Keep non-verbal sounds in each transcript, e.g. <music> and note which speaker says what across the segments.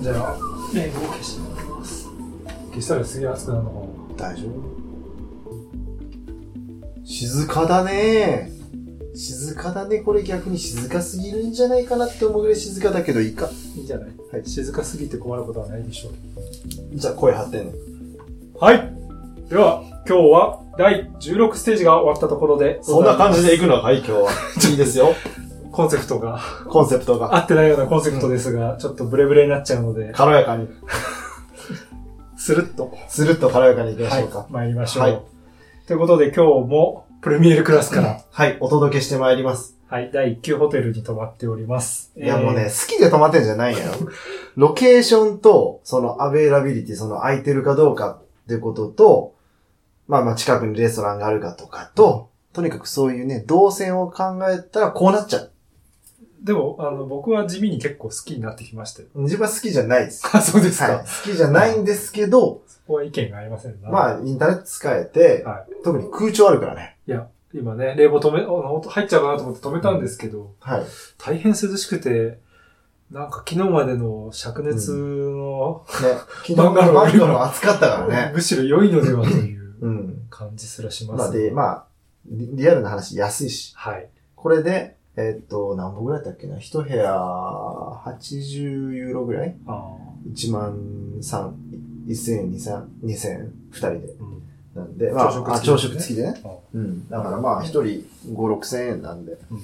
Speaker 1: じゃあ、レンズを消してもらいます。
Speaker 2: 消したらすげえ熱くなるのかな。
Speaker 3: 大丈夫静かだね静かだね。これ逆に静かすぎるんじゃないかなって思うぐらい静かだけど、いいか。
Speaker 2: いいんじゃない
Speaker 3: はい
Speaker 2: 静かすぎて困ることはないでしょう。
Speaker 3: じゃあ声張ってね。
Speaker 2: はい。では、今日は第16ステージが終わったところで、
Speaker 3: そんな感じで行くのはい、今日は。 <laughs> いいですよ。
Speaker 2: コンセプトが、
Speaker 3: コンセプトが。
Speaker 2: 合ってないようなコンセプトですが、ちょっとブレブレになっちゃうので、
Speaker 3: 軽やかに。
Speaker 2: スルッと、
Speaker 3: スルッと軽やかに行きま
Speaker 2: は
Speaker 3: し
Speaker 2: い
Speaker 3: ょ
Speaker 2: う
Speaker 3: か。、
Speaker 2: 参りましょう。
Speaker 3: はい
Speaker 2: ということで今日も、プレミエルクラスから、
Speaker 3: はい、お届けしてまいります。
Speaker 2: はい、第1級ホテルに泊まっております。
Speaker 3: いや、もう
Speaker 2: え
Speaker 3: ね、
Speaker 2: ー。
Speaker 3: 好きで泊まってんじゃない
Speaker 2: <laughs>
Speaker 3: のよ。ロケーションと、そのアベイラビリティ、その空いてるかどうかってことと、まあまあ近くにレストランがあるかとかと、とにかくそういうね、動線を考えたらこうなっちゃう。
Speaker 2: でも、あの、僕は地味に結構好きになってきましたよ。
Speaker 3: 自分は好きじゃないです。
Speaker 2: あ、そうですか。
Speaker 3: はい、好きじゃないんですけど、
Speaker 2: そこは意見がありませんな。
Speaker 3: まあインターネット使えて、
Speaker 2: は
Speaker 3: 特に空調あるからね。
Speaker 2: いや、今ね、冷房止め、あの入っちゃうかなと思って止めたんですけど、 <laughs>
Speaker 3: はい。
Speaker 2: 大変涼しくて、なんか昨日までの灼熱の、
Speaker 3: ね、昨日
Speaker 2: バ
Speaker 3: の
Speaker 2: ンガロー
Speaker 3: バンガロー暑かったからね。
Speaker 2: むしろ良いのではという
Speaker 3: うん。
Speaker 2: 感じすらしま
Speaker 3: まあ
Speaker 2: す。
Speaker 3: で、まあ、リリアルな話安いし。
Speaker 2: はい。
Speaker 3: これで、えっと、何本ぐらいだったっけな一部屋、80ユーロぐらい
Speaker 2: ああ、
Speaker 3: ?1 万3、1000円、2000、2000、二人で。
Speaker 2: うん。
Speaker 3: なんで、まあ、
Speaker 2: 朝食付き
Speaker 3: あ朝食付きでね。
Speaker 2: あ
Speaker 3: うん。だからまあ、一人5、6000円なんで。
Speaker 2: うん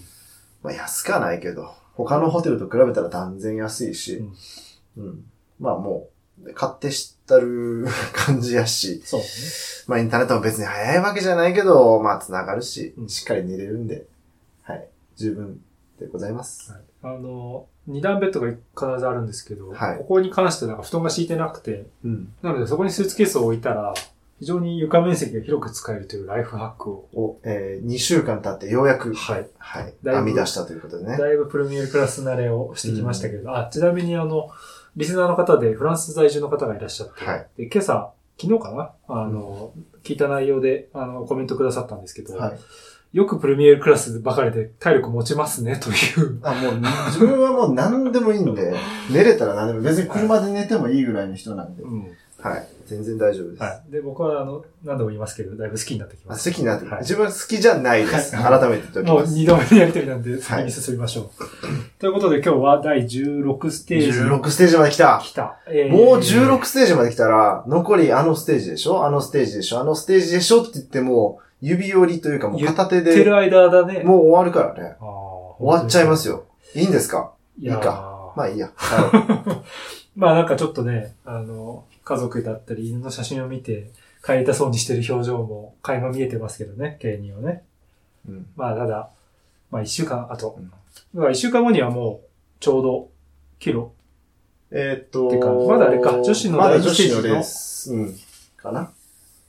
Speaker 3: まあ、安かないけど、他のホテルと比べたら断然安いし、うん。まあもう、買って知ったる感じやし、
Speaker 2: そうね。
Speaker 3: まあインターネットも別に早いわけじゃないけど、まあ繋がるし
Speaker 2: う、ん
Speaker 3: しっかり寝れるんで、はい、十分でございます。
Speaker 2: はいあの、二段ベッドが必ずあるんですけど、
Speaker 3: はい
Speaker 2: ここに関してはなんか布団が敷いてなくて、
Speaker 3: うん。
Speaker 2: なのでそこにスーツケースを置いたら、非常に床面積が広く使えるというライフハックを、
Speaker 3: を、えー、2週間経ってようやく、
Speaker 2: はい。
Speaker 3: はい、
Speaker 2: だいぶ
Speaker 3: 編み出したということでね。
Speaker 2: だいぶプレミアルクラス慣れをしてきましたけど、あ、ちなみにあの、リスナーの方でフランス在住の方がいらっしゃって、
Speaker 3: はい
Speaker 2: で今朝、昨日かなあの、聞いた内容で、あの、コメントくださったんですけど、
Speaker 3: はい。
Speaker 2: よくプレミアルクラスばかりで体力持ちますね、という。
Speaker 3: あ、もう、自分はもう何でもいい
Speaker 2: <laughs>
Speaker 3: んで、寝れたら何でも、別に車で寝てもいいぐらいの人なんで、はい。全然大丈夫です。
Speaker 2: はい。で、僕はあの、何度も言いますけど、だいぶ好きになってきま
Speaker 3: あ、
Speaker 2: す。
Speaker 3: 好きになって、
Speaker 2: はい
Speaker 3: 自分は好きじゃないです。
Speaker 2: はい
Speaker 3: 改めて言っておき
Speaker 2: も
Speaker 3: ま
Speaker 2: う
Speaker 3: す。
Speaker 2: 二度目のやりとりなんで、先に進みましょう。ということで今日は第16ステージ。
Speaker 3: 16ステージまで来た。
Speaker 2: 来た。えー
Speaker 3: もう16ステージまで来たら、残りあのステージでしょあのステージでしょあのステージでしょって言っても、指折りというかもう片手
Speaker 2: 言って
Speaker 3: で、
Speaker 2: る間だね。
Speaker 3: もう終わるからね。終わっちゃいます
Speaker 2: よ。
Speaker 3: よ。いいんですか
Speaker 2: いやー
Speaker 3: いいかまあいいや。は
Speaker 2: まあなんかちょっとね、あの、家族だったり犬の写真を見て、帰りたそうにしてる表情も垣間見えてますけどね、芸人をね。
Speaker 3: いうん
Speaker 2: まあただ、まあ一週間後
Speaker 3: う。ん
Speaker 2: だから一週間後にはもう、ちょうど、キロ。
Speaker 3: <laughs> えーっと
Speaker 2: てかまだあれか女子の
Speaker 3: まだ
Speaker 2: 第
Speaker 3: 女
Speaker 2: 一ステー
Speaker 3: 子
Speaker 2: ジの
Speaker 3: のレース、うん、かな。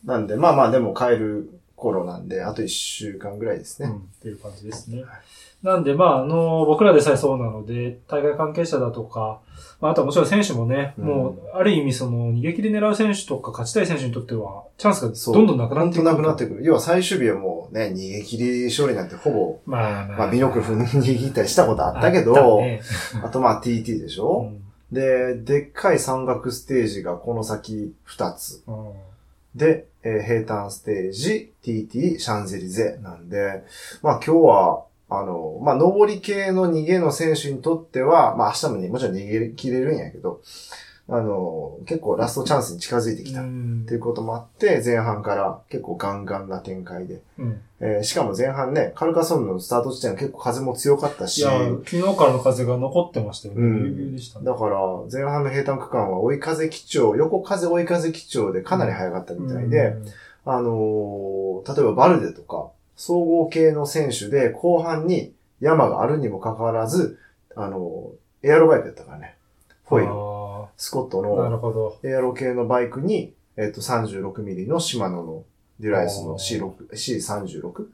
Speaker 3: なんで、まあまあでも帰る頃なんで、あと1週間ぐらいです
Speaker 2: う
Speaker 3: ね。
Speaker 2: んっていう感じですね。なんで、まあ、あの、僕らでさえそうなので、大会関係者だとか、まあ、あとはもちろん選手もね、
Speaker 3: うん
Speaker 2: もう、ある意味その、逃げ切り狙う選手とか、勝ちたい選手にとっては、チャンス
Speaker 3: そ
Speaker 2: が
Speaker 3: う
Speaker 2: どんどんなくなってい
Speaker 3: ほんとなくなって
Speaker 2: くる。
Speaker 3: くる。要は最終日はもうね、逃げ切り勝利なんてほぼ、
Speaker 2: まあ、まあ、
Speaker 3: まあ、ミノクルフに逃げ切ったりしたことあったけ
Speaker 2: あった
Speaker 3: ど、
Speaker 2: ね
Speaker 3: あとまあ TT でし
Speaker 2: う
Speaker 3: ょ、
Speaker 2: ん
Speaker 3: で、でっかい山岳ステージがこの先2つ。
Speaker 2: うん
Speaker 3: で、えー平坦ステージ、TT、シャンゼリゼなんで、まあ今日は、あの、まあ上り系の逃げの選手にとっては、まあ明日もね、もちろん逃げ切れるんやけど、あの、結構ラストチャンスに近づいてきた。
Speaker 2: う
Speaker 3: っ
Speaker 2: ん
Speaker 3: ていうこともあって、前半から結構ガンガンな展開で。
Speaker 2: うん
Speaker 3: えーしかも前半ね、カルカソンヌのスタート地点は結構風も強かった
Speaker 2: い
Speaker 3: し、
Speaker 2: や、昨日からの風が残ってましたよね。
Speaker 3: う
Speaker 2: ビ
Speaker 3: ん
Speaker 2: ュービューでしたね。
Speaker 3: だから、前半の平坦区間は追い風基調、横風追い風基調でかなり早かったみたいで、
Speaker 2: うん、
Speaker 3: あのー例えばバルデとか、総合系の選手で後半に山があるにもかかわらず、あのーエアロバイクだったからね。ホイール。
Speaker 2: あ
Speaker 3: スコット
Speaker 2: ーなる
Speaker 3: の
Speaker 2: ほど。
Speaker 3: エアロ系のバイクに、えっ、と、36ミリのシマノのデュライスの C6、C36?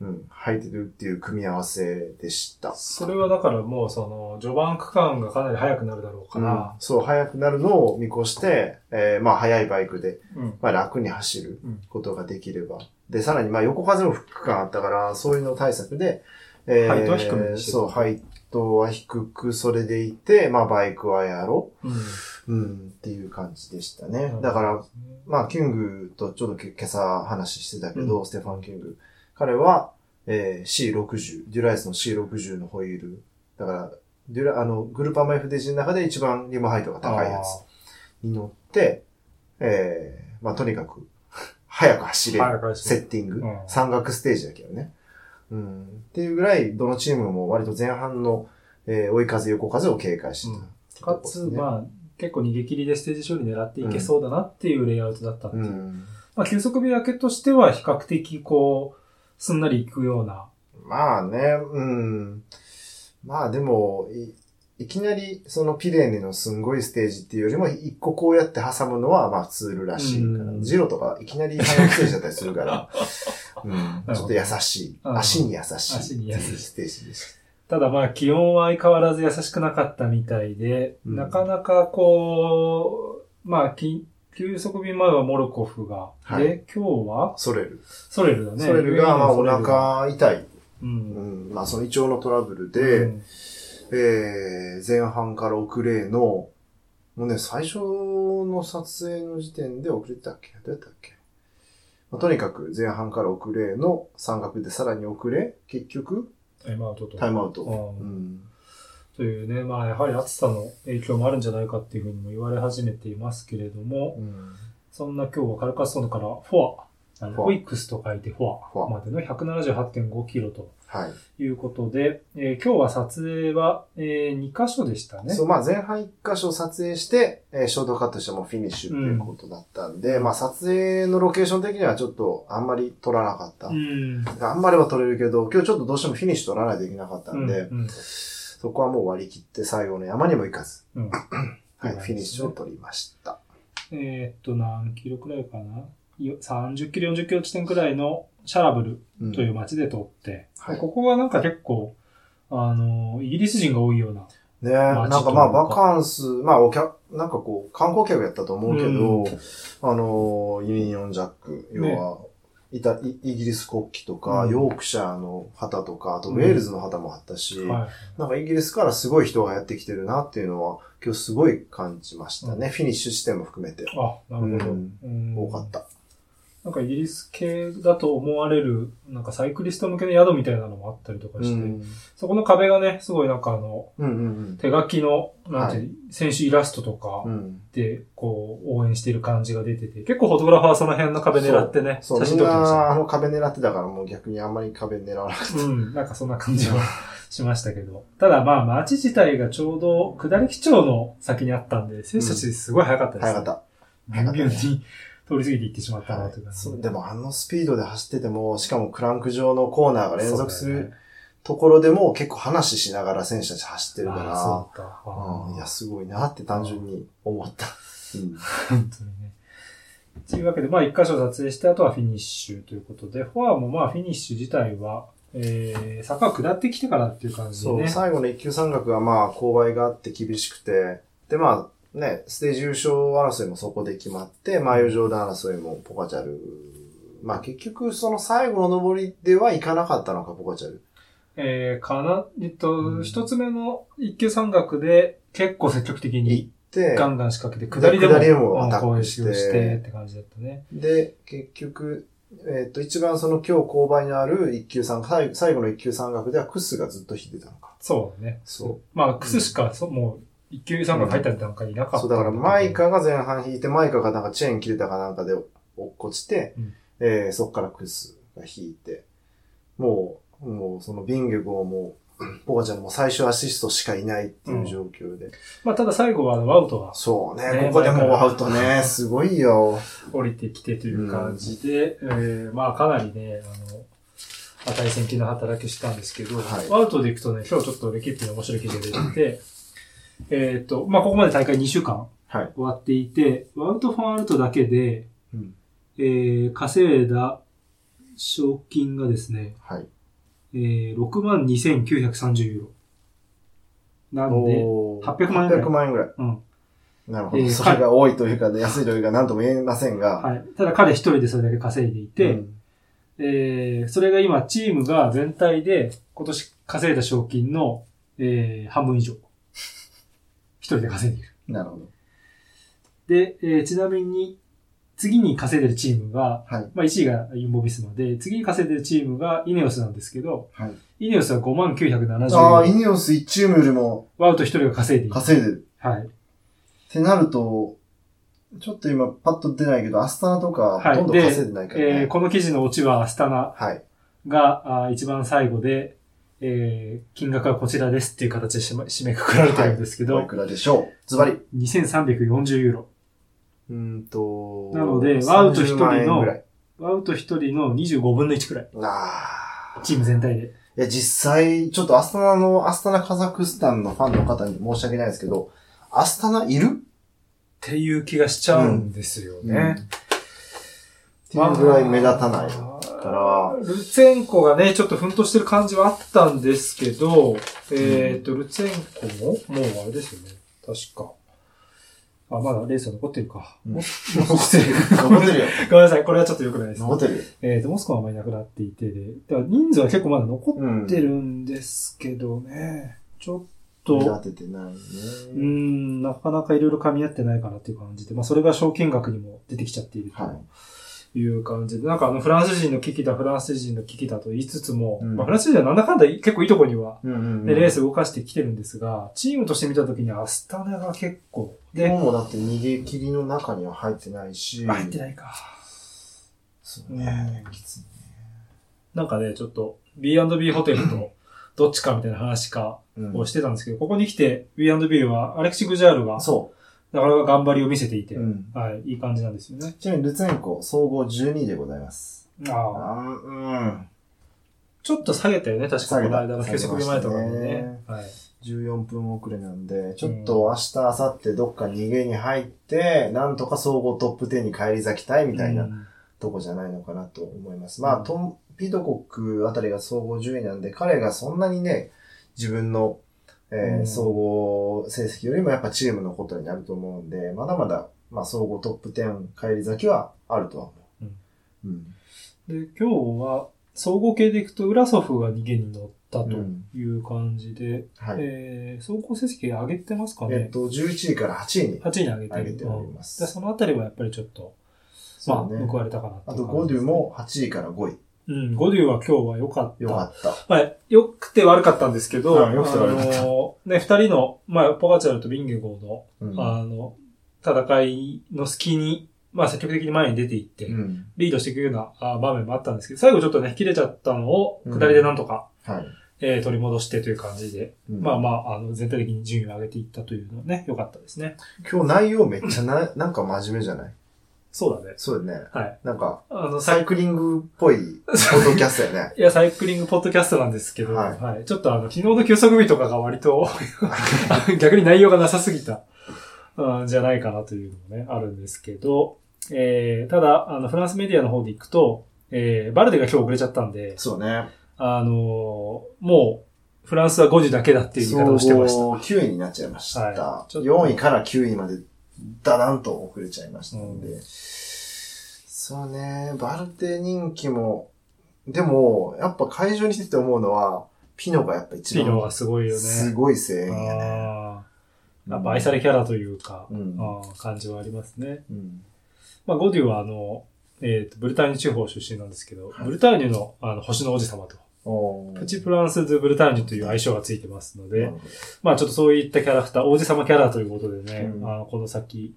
Speaker 3: うん、入ってるっていう組み合わせでした。
Speaker 2: それはだからもう、その、序盤区間がかなり早くなるだろうから、
Speaker 3: そう、速くなるのを見越して、えーまあ、速いバイクで
Speaker 2: うん
Speaker 3: まあ、楽に走ることができれば。で、さらに、まあ、横風も吹く感あったから、そういうの対策で、え
Speaker 2: ハイトは低めにして
Speaker 3: そう、ハイトは低く、それでいて、まあ、バイクはやろ
Speaker 2: うん
Speaker 3: うん、っていう感じでしたね。だから、、まあ、キュングとちょうど今朝話してたけど、ステファン・キュング。彼は、えー C60、デュライスの C60 のホイール。だから、デュラ、あの、グルーパーマ FDG の中で一番リムハイトが高いやつに乗って、えーまあ、とにかく、 <laughs> 早く走れる。
Speaker 2: 早く走
Speaker 3: セ
Speaker 2: れる
Speaker 3: ッティング
Speaker 2: うん。
Speaker 3: 山岳ステージだけどね。うん。っていうぐらい、どのチームも割と前半の、えー追い風、横風を警戒してた、
Speaker 2: うんかつ、
Speaker 3: あ、
Speaker 2: まあ、結構逃げ切りでステージ勝利狙っていけそうだなっていうレイアウトだったって
Speaker 3: う
Speaker 2: いう。
Speaker 3: ん。
Speaker 2: まあ、急速日焼けとしては比較的こう、すんなりいくような。
Speaker 3: まあね、うん。まあでも、いいきなり、そのピレネのすんごいステージっていうよりも、一個こうやって挟むのは、まあツールらしいから
Speaker 2: う。ん
Speaker 3: ジロとかいきなり早いステージだったりす
Speaker 2: <laughs>
Speaker 3: るから、うん。ちょっと優しい。
Speaker 2: うん
Speaker 3: 足に優しい。
Speaker 2: 足に優しい
Speaker 3: ステージです。
Speaker 2: ただまあ気温は相変わらず優しくなかったみたいで、
Speaker 3: うん
Speaker 2: なかなかこう、まあき急速日前はモルコフが、
Speaker 3: はい
Speaker 2: で、今日は
Speaker 3: ソレル。
Speaker 2: ソレルだね。
Speaker 3: ソレルが、まあ
Speaker 2: ソ
Speaker 3: お
Speaker 2: レルが、
Speaker 3: 腹痛い。
Speaker 2: うん
Speaker 3: うん、まあその胃腸のトラブルで、
Speaker 2: うん
Speaker 3: えー、前半から遅れの、もうね、最初の撮影の時点で遅れてたっけどうやったっけ、まあ、とにかく前半から遅れの山岳でさらに遅れ、結局
Speaker 2: タイムアウトと。
Speaker 3: タイムアウト。
Speaker 2: うん
Speaker 3: うん
Speaker 2: というね、まあやはり暑さの影響もあるんじゃないかっていうふうにも言われ始めていますけれども、
Speaker 3: うん
Speaker 2: そんな今日はカルカソンヌからフォア、あの
Speaker 3: フォア
Speaker 2: ホイックスと書いてフ
Speaker 3: フォ
Speaker 2: ォ
Speaker 3: ア
Speaker 2: アまでの178.5キロと
Speaker 3: はい、
Speaker 2: いうことで、えー今日は撮影は、え2箇所でしたね。
Speaker 3: そう、まあ前半一箇所撮影して、えーショートカットしてもうフィニッシュっていうことだったんで、まあ撮影のロケーション的にはちょっとあんまり撮らなかった。
Speaker 2: うん。
Speaker 3: 頑張れば撮れるけど、今日ちょっとどうしてもフィニッシュ取らないといけなかったんで、
Speaker 2: うんうん
Speaker 3: そこはもう割り切って最後の山にも行かず、
Speaker 2: うん
Speaker 3: はい、
Speaker 2: そうなんですね
Speaker 3: フィニッシュを取りました。
Speaker 2: えーっと、何キロくらいかなよ ?30 キロ、40キロ地点くらいのシャラブル
Speaker 3: うん
Speaker 2: という街で撮って、
Speaker 3: はい
Speaker 2: ここはなんか結構、あの、イギリス人が多いような。
Speaker 3: ね
Speaker 2: ま
Speaker 3: な
Speaker 2: あ
Speaker 3: んかまあ
Speaker 2: ちょっ
Speaker 3: バ
Speaker 2: と
Speaker 3: カンス、まあお客、なんかこう観光客やったと思うけど、
Speaker 2: うん
Speaker 3: あのー、ユニオンジャック、要
Speaker 2: ね
Speaker 3: は、いたイイギリス国旗とか、
Speaker 2: うん
Speaker 3: ヨークシャーの旗とか、あとウェールズの旗もあったし、
Speaker 2: はい。
Speaker 3: なんかイギリスからすごい人がやってきてるなっていうのは、今日すごい感じましたね。フィニッシュ地点も含めて。
Speaker 2: あ、なるほど。
Speaker 3: うん
Speaker 2: うん
Speaker 3: 多かった。
Speaker 2: なんかイギリス系だと思われる、なんかサイクリスト向けの宿みたいなのもあったりとかして、
Speaker 3: うん
Speaker 2: そこの壁がね、すごいなんかあの、
Speaker 3: うんうん
Speaker 2: 手書きの、なんていう、
Speaker 3: は
Speaker 2: 選手イラストとか
Speaker 3: うん。うん
Speaker 2: で、こう、応援している感じが出てて、結構フォトグラファーはその辺の壁狙ってね、
Speaker 3: そう、
Speaker 2: 写
Speaker 3: みん
Speaker 2: 真撮ってまし
Speaker 3: な、
Speaker 2: た
Speaker 3: あの壁狙ってたから、もう逆にあんまり壁狙わなくて。
Speaker 2: ね。うん、なんかそんな感じはしましたけど。ただまあ、街自体がちょうど下り基調の先にあったんで、選手たちすごい早かったです、
Speaker 3: 早かった。
Speaker 2: ビュンビュンに通り過ぎていってしまったなという感じ。
Speaker 3: そうでもあのスピードで走ってても、しかもクランク上のコーナーが連続す
Speaker 2: そうだよ
Speaker 3: る
Speaker 2: ね
Speaker 3: ところでも結構話ししながら選手たち走ってる
Speaker 2: あー
Speaker 3: か
Speaker 2: そうか。
Speaker 3: ら、うん、いや、すごいなって単純に思った。うん
Speaker 2: 本当にね。というわけで、まあ、一箇所撮影して、あとはフィニッシュということで、フォアもまあ、フィニッシュ自体は、えー、坂を下ってきてからっていう感じで
Speaker 3: そう、
Speaker 2: ね。
Speaker 3: 最後の一級山岳がまあ、勾配があって厳しくて、でまあ、ね、ステージ優勝争いもそこで決まって、まあ、優勝団争いもポカチャル。まあ、結局、その最後の登りではいかなかったのか、ポカチャル。
Speaker 2: えー、かな、えっ
Speaker 3: う
Speaker 2: と、
Speaker 3: ん
Speaker 2: 一、つ目の一級山岳で、結構積極的
Speaker 3: 行
Speaker 2: に
Speaker 3: って、
Speaker 2: ガンガン仕掛けて、下りでも、
Speaker 3: 下りでもアタック
Speaker 2: うん攻撃を
Speaker 3: し
Speaker 2: しててって感じだったね。
Speaker 3: で、結局、えっ、と、一番その今日勾配のある一級三最後最後の一級三角ではクスがずっと引いてたのか。
Speaker 2: そうだね。
Speaker 3: そう。
Speaker 2: まあ、クスしか、そもう、一級山岳入った段階いなかった、
Speaker 3: そう、だからマイ。カが前半引いて、マイカがなんかチェーン切れたかなんかで落っこちて、
Speaker 2: うん
Speaker 3: えーそっからクスが引いて、もう、もうそのビンゲゴーも、ポカちゃんも最終アシストしかいないっていう状況で。
Speaker 2: まあ、ただ最後は、あのワウトが
Speaker 3: そうね
Speaker 2: ね
Speaker 3: ここでもう
Speaker 2: 前から
Speaker 3: アウトね、すごいよ。
Speaker 2: 降りてきてという感じで、えーまあかなりね、あの、値千金の働きをしたんですけど、
Speaker 3: はい
Speaker 2: アウトでいくとね、今日ちょっと俺結構面白い記事が出てて、えっと、まあここまで大会2週間
Speaker 3: はい。
Speaker 2: 終わっていて、ワウト・ファン・アルトだけで、
Speaker 3: うん
Speaker 2: えー稼いだ賞金がですね、
Speaker 3: はい。
Speaker 2: えー、62,930ユーロ。なんで、
Speaker 3: おー
Speaker 2: 800万円ぐらい
Speaker 3: 800万円ぐらい。
Speaker 2: うん。
Speaker 3: なるほ
Speaker 2: え
Speaker 3: ど。
Speaker 2: ー
Speaker 3: それが多いというかね、安いというか何とも言えませんが。
Speaker 2: はい。ただ彼一人でそれだけ稼いでいて、
Speaker 3: うん
Speaker 2: えーそれが今、チームが全体で今年稼いだ賞金の、えー半分以上。一人で稼いでいる。
Speaker 3: なるほど。
Speaker 2: で、えーちなみに、次に稼いでるチームが、
Speaker 3: はい。
Speaker 2: まあ、1位がユンボビスマで、次に稼いでるチームがイネオスなんですけど、
Speaker 3: はい
Speaker 2: イネオスは
Speaker 3: ああ、イ
Speaker 2: 5970円。
Speaker 3: ニオス1チームよりも
Speaker 2: ワウト1人が稼いでいる。
Speaker 3: 稼いでる。
Speaker 2: はい。
Speaker 3: ってなると、ちょっと今パッと出ないけど、アスタナとか
Speaker 2: はい
Speaker 3: どんどん
Speaker 2: で
Speaker 3: 稼いでないから
Speaker 2: えー
Speaker 3: ね。
Speaker 2: この記事のオチはアスタナ
Speaker 3: はい。
Speaker 2: があー一番最後で、えー金額はこちらですっていう形でしま締めくくられてるんですけど、
Speaker 3: おいくらでしょうズバリ。
Speaker 2: 2340ユーロ。
Speaker 4: うーんと。
Speaker 2: なのでワウト一人の
Speaker 4: 30万円ぐらい
Speaker 2: ワウト1人の25分の1くらい。
Speaker 3: ああ。
Speaker 2: チーム全体で。
Speaker 3: いや、実際、ちょっとアスタナの、アスタナカザフスタンのファンの方に申し訳ないですけど、アスタナいる
Speaker 2: っていう気がしちゃうんですよね。
Speaker 3: っていうぐらい目立たない。から
Speaker 2: ルツェンコがね、ちょっと奮闘してる感じはあったんですけど、えっ、と、ルツェンコも、もうあれですよね。確か。あ、まだレースは残ってるか。
Speaker 3: うん
Speaker 2: も残ってる。
Speaker 3: 残ってるよ。
Speaker 2: ごめんなさい、これはちょっと良くないです。
Speaker 3: 残ってるよ。
Speaker 2: えっ、と、モスコはあまりなくなっていてで、だから人数は結構まだ残
Speaker 3: うん。
Speaker 2: ってるんですけどね、ちょっ
Speaker 3: 目
Speaker 2: と、
Speaker 3: 立ててないね。
Speaker 2: うーん、なかなかいろいろ噛み合ってないかなっていう感じで、まあそれが賞金額にも出てきちゃっていると。
Speaker 3: はい。
Speaker 2: いう感じで、なんかあの、フランス人の危機だ、フランス人の危機だと言いつつも、
Speaker 3: うん
Speaker 2: まあ、フランス人はなんだかんだ結構いいとこには、
Speaker 3: うんうんうん。
Speaker 2: ねレース動かしてきてるんですが、チームとして見たときにアスタナが結構、
Speaker 3: 日
Speaker 2: で、
Speaker 3: 本もだって逃げ切りの中には入ってないし。
Speaker 2: 入ってないか。
Speaker 3: そうね。きついね。
Speaker 2: なんかね、ちょっと B&B ホテルとどっちかみたいな話か
Speaker 3: うん
Speaker 2: をしてたんですけど、ここに来て B&B はアレクシグジャールが、
Speaker 3: そ
Speaker 2: なかなか頑張りを見せていて、
Speaker 3: う。うん。
Speaker 2: はい、いい感じなんですよね。
Speaker 3: ちなみに、ルツェンコ、総合12位でございます。
Speaker 2: ああ。
Speaker 3: うん。
Speaker 2: ちょっと下げたよね、確か
Speaker 3: 下げ
Speaker 2: この
Speaker 3: た
Speaker 2: 間の給食前とかで
Speaker 3: 下げま
Speaker 2: ね
Speaker 3: し。
Speaker 2: はい。
Speaker 3: 14分遅れなんで、ちょっと明日、明後日どっか逃げに入って、なんとか総合トップ10に返り咲きたいみたいな
Speaker 2: うん
Speaker 3: とこじゃないのかなと思います。まあ、トンピドコックあたりが総合10位なんで、彼がそんなにね、自分の、えー
Speaker 2: うん
Speaker 3: 総合成績よりもやっぱチームのことになると思うんで、まだまだ、まあ、総合トップ10返り咲きはあるとは思う。うん。
Speaker 2: で、今日は、総合系でいくと、浦祖父が逃げに乗った
Speaker 3: う
Speaker 2: と
Speaker 3: ん。
Speaker 2: いう感じで、
Speaker 3: はい。
Speaker 2: えー、総合成績上げてますか
Speaker 3: えっ
Speaker 2: ね、
Speaker 3: と、11位から8位に
Speaker 2: 八 ?8 位に上げて
Speaker 3: 上
Speaker 2: る。
Speaker 3: げておりま。
Speaker 2: うんですそのあたりはやっぱりちょっと、まあ、
Speaker 3: そうね。
Speaker 2: 報われたかなってい
Speaker 3: あ
Speaker 2: う感じ
Speaker 3: と、
Speaker 2: です
Speaker 3: ゴデュ。も8位から5位。
Speaker 2: うん、ゴデュは今日は良かった。
Speaker 3: よかった。
Speaker 2: まあ、良くて悪かったんですけど、
Speaker 3: うん良くて悪かった
Speaker 2: あのーね、二人の、まあ、ポガチャルとビンゲゴーの、
Speaker 3: うん
Speaker 2: あの、戦いの隙に、まあ、積極的に前に出ていって、
Speaker 3: うん。
Speaker 2: リードしていくようなあ場面もあったんですけど、最後ちょっとね、切れちゃったのを、下りでなんとか、
Speaker 3: はい。
Speaker 2: えー取り戻してという感じで、
Speaker 3: うん
Speaker 2: まあまあ、あの、全体的に順位を上げていったというのはね、良かったですね。
Speaker 3: 今日内容めっちゃな、なんか真面目じゃない
Speaker 2: そうだね。
Speaker 3: そうだよね。
Speaker 2: はい。
Speaker 3: なんか、
Speaker 2: あの、
Speaker 3: サ
Speaker 2: サイ
Speaker 3: イクリングっぽい、ポッドキャストやね。
Speaker 2: いや、サイクリングポッドキャストなんですけど、
Speaker 3: は
Speaker 2: はいい、ちょっとあの、昨日の休息日とかが割と、 <laughs> 逆に内容がなさすぎた、うん、じゃないかなというのもね、あるんですけど、えー、ただ、あの、フランスメディアの方で行くと、えー、バルデが今日遅れちゃったんで、
Speaker 3: そうね。
Speaker 2: あのーもう、フランスは5時だけだっていう見方をしてました。
Speaker 3: 総合9位になっちゃいました。
Speaker 2: はいちょっと
Speaker 3: 4位から9位まで、だなんと遅れちゃいましたので。
Speaker 2: う
Speaker 3: そうね、バルテ人気も、でも、やっぱ会場に来てて思うのは、ピノがやっぱ一
Speaker 2: ピノ
Speaker 3: 番、
Speaker 2: はすごいよね。
Speaker 3: すごい声援やね。
Speaker 2: あーやっぱ愛されキャラというか、
Speaker 3: うん
Speaker 2: あー感じはありますね。
Speaker 3: うん。
Speaker 2: まあ、ゴデュはあの、えーとブルターニュ地方出身なんですけど、
Speaker 3: はい
Speaker 2: ブルターニュのあの星の王子様と、
Speaker 3: お
Speaker 2: プチ
Speaker 3: プ
Speaker 2: プランス・ドゥ・ブルターニュという愛称がついてますので、
Speaker 3: ね。
Speaker 2: まあちょっとそういったキャラクター、王子様キャラということでね、
Speaker 3: うん
Speaker 2: あのこの先、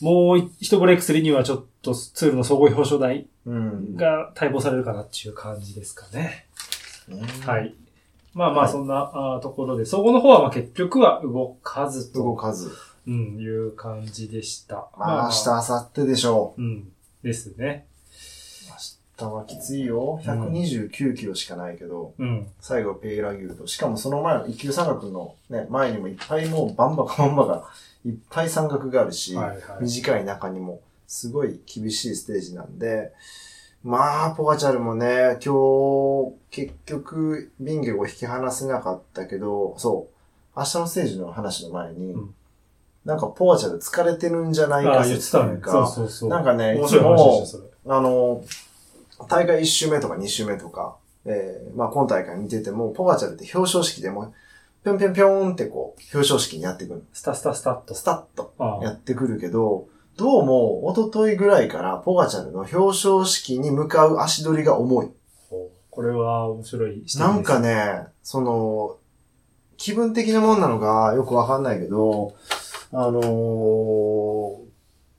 Speaker 2: もう一ブレイクするにはちょっとツールの総合表彰台
Speaker 3: うん。
Speaker 2: が待望されるかなっていう感じですかね。
Speaker 3: ね
Speaker 2: はい。まあま
Speaker 3: は
Speaker 2: あ
Speaker 3: い
Speaker 2: そんな、あーところで、総合の方はまあ結局は動かずと
Speaker 3: 動かず。
Speaker 2: うん、いう感じでした。
Speaker 3: まあ、明日、明後日でしょう。
Speaker 2: うん。ですね。
Speaker 3: 明日はきついよ。129キロしかないけど、
Speaker 2: うん。
Speaker 3: 最後ペイラ牛と、しかもその前の一級山岳のね、前にもいっぱいもうバンバカバンバが、いっぱい山岳があるし、
Speaker 2: はいはい。
Speaker 3: 短い中にも、すごい厳しいステージなんで、まあ、ポガチャルもね、今日、結局、ビンゲを引き離せなかったけど、そう、明日のステージの話の前に、
Speaker 2: うん
Speaker 3: なんかポガチャル疲れてるんじゃない
Speaker 2: あ
Speaker 3: か
Speaker 2: あ、言ってた
Speaker 3: とい
Speaker 2: ね
Speaker 3: う。か
Speaker 2: そうそうそう。
Speaker 3: なんかね、
Speaker 2: 面白い話でした、それ。
Speaker 3: あの、大会1周目とか2周目とか、えーまあ今大会見てても、ポガチャルって表彰式でも、ぴょんぴょんぴょんってこう、表彰式にやってくる。
Speaker 2: スタスタスタっと。
Speaker 3: スタッと
Speaker 2: あ
Speaker 3: やってくるけど、どうも、一昨日ぐらいから、ポガチャルの表彰式に向かう足取りが重い。
Speaker 2: これは面白い指摘です。
Speaker 3: なんかね、その、気分的なもんなのかよくわかんないけど、あのー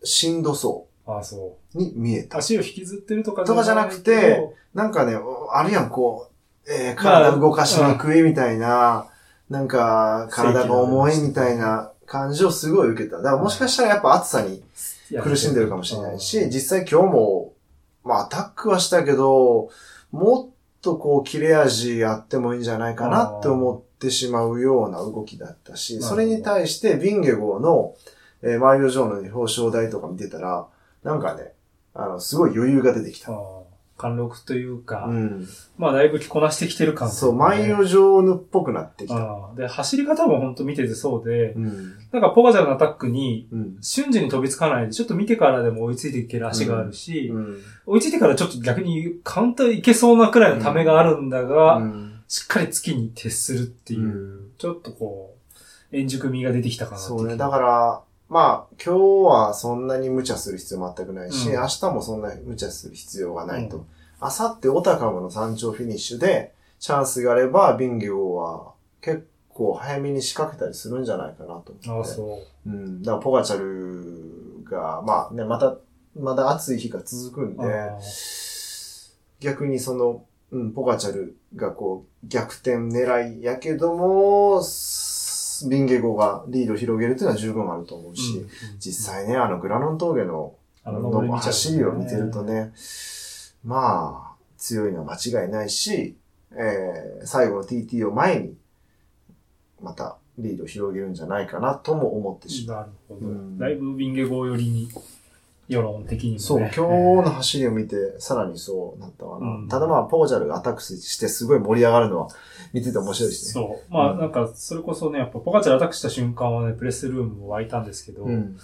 Speaker 3: しんどそ
Speaker 2: ああ、そう
Speaker 3: に見え
Speaker 2: う。
Speaker 3: た。
Speaker 2: 足を引きずってるとか
Speaker 3: とかじゃなくて
Speaker 2: けど、
Speaker 3: なんかね、あるやん、こう、えー
Speaker 2: まあ
Speaker 3: 体動かしにくいみたいな、なんか、体が重いみたいな感じをすごい受けた。だからもしかしたらやっぱ暑さに
Speaker 2: いや
Speaker 3: 苦しんでるかもしれないし、実際今日も、まあアタックはしたけど、もっとこう切れ味やってもいいんじゃないかなって思ってしまうような動きだった
Speaker 2: な
Speaker 3: し、
Speaker 2: るほ
Speaker 3: そ
Speaker 2: ど
Speaker 3: れに対してビンゲゴーの、えーマリオ・ジョーの表彰台とか見てたら、なんかね、あの、すごい余裕が出てき
Speaker 2: あ
Speaker 3: た。
Speaker 2: あ貫禄というか、
Speaker 3: うん。
Speaker 2: まあだいぶ着こなしてきてる感とかね
Speaker 3: そう、マリオ・ジョーヌっぽくなってきた。
Speaker 2: ああで、走り方も本当見ててそうで、
Speaker 3: うん。
Speaker 2: なんかポガジャルのアタックに、
Speaker 3: うん。
Speaker 2: 瞬時に飛びつかないで、ちょっと見てからでも追いついていける足があるし、
Speaker 3: うん。
Speaker 2: 追いついてからちょっと逆にカウンターいけそうなくらいのためがあるんだが、
Speaker 3: うん
Speaker 2: しっかり月に徹するっていう、ちょっとこう、円熟味が出てきたかなってい
Speaker 3: そうね。だから、まあ、今日はそんなに無茶する必要全くないし、
Speaker 2: うん
Speaker 3: 明日もそんなに無茶する必要がないと。
Speaker 2: う
Speaker 3: 明後日、オタカムの山頂フィニッシュで、チャンスがあれば、ビンギョは結構早めに仕掛けたりするんじゃないかなと
Speaker 2: あ
Speaker 3: 思
Speaker 2: あ、
Speaker 3: って。
Speaker 2: そう。
Speaker 3: うん。だから、ポガチャルが、まあね、また、まだ暑い日が続くんで、
Speaker 2: ああ
Speaker 3: 逆にその、うん、ポガチャルがこう、逆転狙いやけども、すビンゲゴがリードを広げるっていうのは十分あると思うし、
Speaker 2: うん
Speaker 3: 実際ね、あのグラノン峠の、
Speaker 2: あ
Speaker 3: あ
Speaker 2: の、
Speaker 3: の、
Speaker 2: 登り道ある
Speaker 3: 走りを見てるとね、まあ、強いのは間違いないし、えー、最後の TT を前に、またリードを広げるんじゃないかなとも思ってしまう。
Speaker 2: なるほど。
Speaker 3: うん
Speaker 2: だいぶビンゲ号寄りに、世論的にも、ね。
Speaker 3: そう、今日の走りを見て、さらにそうなったかな。
Speaker 2: うん
Speaker 3: ただまあ、ポージャルがアタックしてすごい盛り上がるのは見てて面白いですね。
Speaker 2: そう。まあ、
Speaker 3: うん
Speaker 2: なんか、それこそね、やっぱ、ポカチャルアタックした瞬間はね、プレスルームも湧いたんですけど、
Speaker 3: うん。